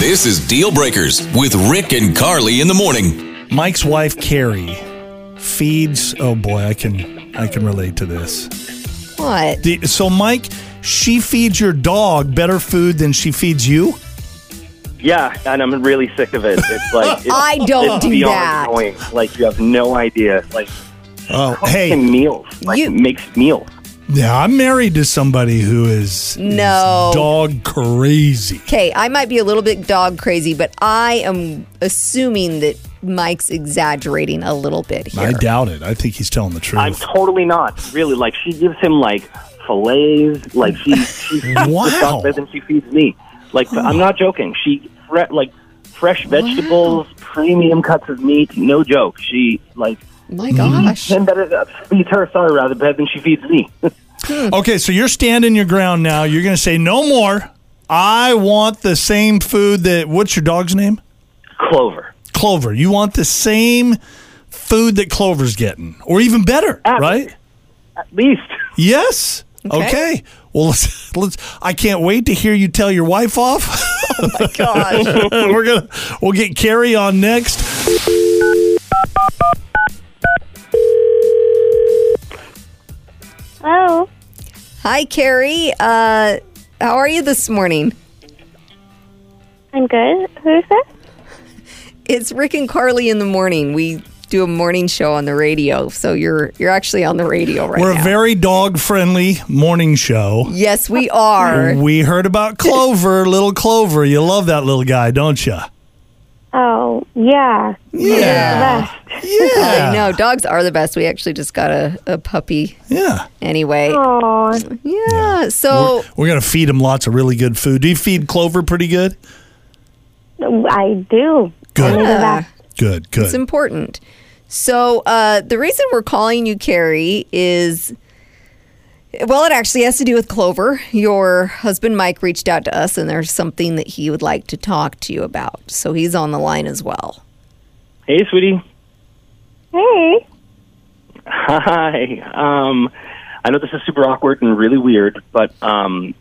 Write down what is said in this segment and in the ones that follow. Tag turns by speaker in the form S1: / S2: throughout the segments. S1: This is Deal Breakers with Rick and Carly in the morning.
S2: Mike's wife Carrie feeds. Oh boy, I can I can relate to this.
S3: What?
S2: The- so Mike, she feeds your dog better food than she feeds you.
S4: Yeah, and I'm really sick of it. It's like it's,
S3: I don't
S4: it's
S3: do
S4: beyond
S3: that.
S4: Annoying. Like you have no idea. Like
S2: Oh,
S4: fucking
S2: hey,
S4: meals. Like
S3: You-
S4: makes meals.
S2: yeah, I'm married to somebody who is is
S3: No.
S2: dog crazy.
S3: Okay, I might be a little bit dog crazy, but I am assuming that Mike's exaggerating a little bit here.
S2: I doubt it. I think he's telling the truth.
S4: I'm totally not really. Like she gives him like fillets. Like she she feeds the
S2: Wow.
S4: dog better than she feeds me. Like I'm not joking. She fre- like fresh vegetables, premium cuts of meat. No joke. She like
S3: My gosh.
S4: him better feeds her. Sorry, rather better than she feeds me.
S2: Okay, so you're standing your ground now. You're going to say no more. I want the same food that. What's your dog's name?
S4: Clover.
S2: Clover. You want the same food that Clover's getting, or even better,
S4: At-
S2: right?
S4: At least.
S2: Yes. Okay.
S3: Okay.
S2: Well, let's, let's. I can't wait to hear you tell your wife off.
S3: My gosh.
S2: We're gonna. We'll get Carrie on next.
S5: Oh,
S3: Hi, Carrie. Uh, how are you this morning?
S5: I'm good. Who's this?
S3: It's Rick and Carly in the morning. We do a morning show on the radio, so you're you're actually on the radio right
S2: We're
S3: now.
S2: a very dog-friendly morning show.
S3: yes, we are.
S2: We heard about Clover, little Clover. You love that little guy, don't you?
S5: Oh, yeah.
S2: Yeah.
S3: I
S2: Yeah.
S3: know dogs are the best. We actually just got a, a puppy
S2: Yeah.
S3: anyway.
S5: Oh,
S3: Yeah. So
S2: We're gonna feed him lots of really good food. Do you feed Clover pretty good?
S5: I do.
S2: Good.
S5: Only the
S3: Yeah.
S5: best.
S2: Good,
S3: It's
S2: good.
S3: important. So uh, the reason we're calling you Carrie is, well, it actually has to do with Clover. Your husband Mike reached out to us, and there's something that he would like to talk to you about. So he's on the line as well.
S4: Hey, sweetie.
S5: Hey.
S4: Hi. Um, I know this is super awkward and really weird, but um,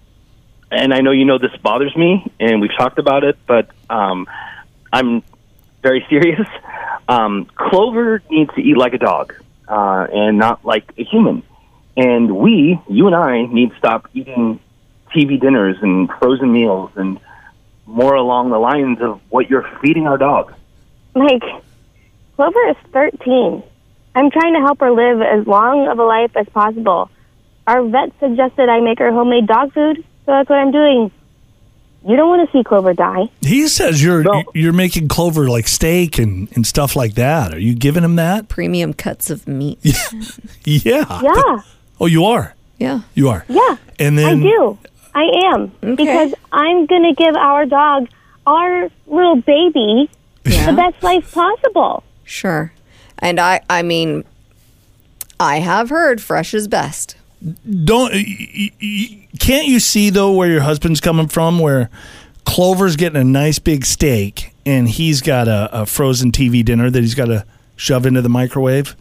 S4: and I know you know this bothers me, and we've talked about it, but um, I'm very serious. Um, Clover needs to eat like a dog, uh, and not like a human. And we, you and I, need to stop eating TV dinners and frozen meals and more along the lines of what you're feeding our dog.
S5: Mike, Clover is 13. I'm trying to help her live as long of a life as possible. Our vet suggested I make her homemade dog food, so that's what I'm doing. You don't want to see Clover die.
S2: He says you're
S4: No.
S2: you're making Clover like steak and, and stuff like that. Are you giving him that?
S3: Premium cuts of meat.
S2: Yeah.
S5: Yeah,
S2: Oh, you are.
S3: Yeah.
S2: You are.
S5: yeah.
S2: And
S5: I
S2: then
S5: do. I am. Because I'm going to give our dog, our little baby, the best life possible.
S3: Sure. And I, I mean, I have heard fresh is best.
S2: don't y- y- y- can't you see though where your husband's coming from where Clover's getting a nice big steak and he's got a, a frozen TV dinner that he's got to shove into the microwave?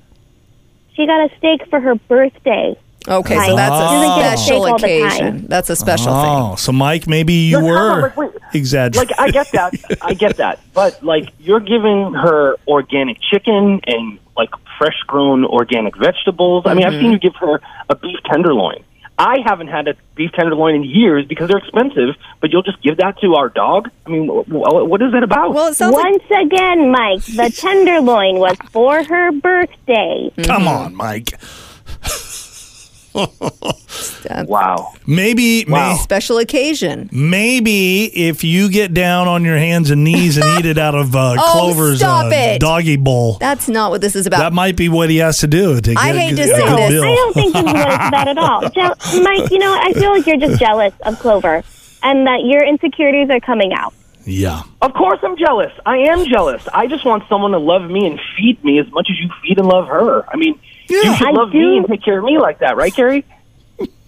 S5: She got a steak for her birthday.
S3: Okay, so that's
S5: Doesn't
S3: a
S5: get a
S3: special
S5: shake all the time.
S3: occasion. That's a special
S2: Oh, so Mike, maybe you
S4: No, no, no,
S2: were
S4: wait, wait.
S2: exaggerating.
S4: Like I get that, I get that, but like you're giving her organic chicken and like fresh grown organic vegetables. I mean, I've seen you
S5: Mm-hmm.
S4: give her a beef tenderloin. I haven't had a beef tenderloin in years because they're expensive, but you'll just give that to our dog? I mean, wh- wh- what is it about?
S3: thing. Well, it sounds like
S5: Once again, Mike, the tenderloin was for her birthday.
S2: Come
S3: mm-hmm.
S2: on, Mike.
S4: wow.
S2: Maybe
S4: Wow.
S2: may-
S3: special occasion.
S2: maybe if you get down on your hands and knees and eat it out of uh,
S3: Oh,
S2: Clover's
S3: stop
S2: uh,
S3: it.
S2: doggy bowl,
S3: That's not what this is about.
S2: that might be what he has to do. To
S3: I
S2: get a
S3: hate
S2: good-
S3: to
S2: a
S3: say
S2: good
S3: this.
S2: deal.
S5: I don't think this is what it's about at all. Je- Mike, you know, I feel like you're just jealous of Clover and that your insecurities are coming out.
S2: Yeah.
S4: Of course I'm jealous. I am jealous. I just want someone to love me and feed me as much as you feed and love her. I mean, you should
S5: I
S4: love
S5: do-
S4: me and take care of me like that, right, Carrie?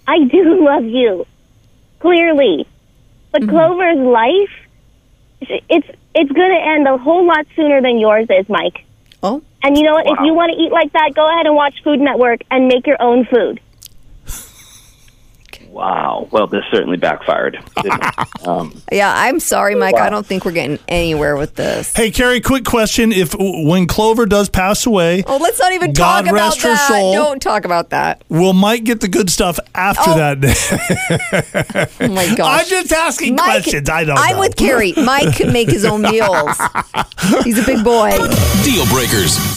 S5: I do love you, clearly. But Clover's life, sh- it's, it's going to end a whole lot sooner than yours is, Mike.
S3: oh,
S5: And you know what? If you want to eat like that, go ahead and watch Food Network and make your own food.
S4: Wow. Well, this certainly backfired. didn't it? um,
S3: Yeah, I'm sorry, Mike. I don't think we're getting anywhere with this.
S2: Hey, Carrie, quick question: If when Clover does pass away,
S3: Oh, let's not even
S2: God
S3: talk
S2: rest
S3: about
S2: her
S3: that.
S2: soul.
S3: Don't talk about that.
S2: will Mike get the good stuff after
S3: Oh,
S2: that day?
S3: Oh my gosh.
S2: I'm just asking
S3: Mike,
S2: questions. I don't.
S3: I'm
S2: know.
S3: with Carrie. Mike can make his own meals. He's a big boy.
S1: Deal breakers.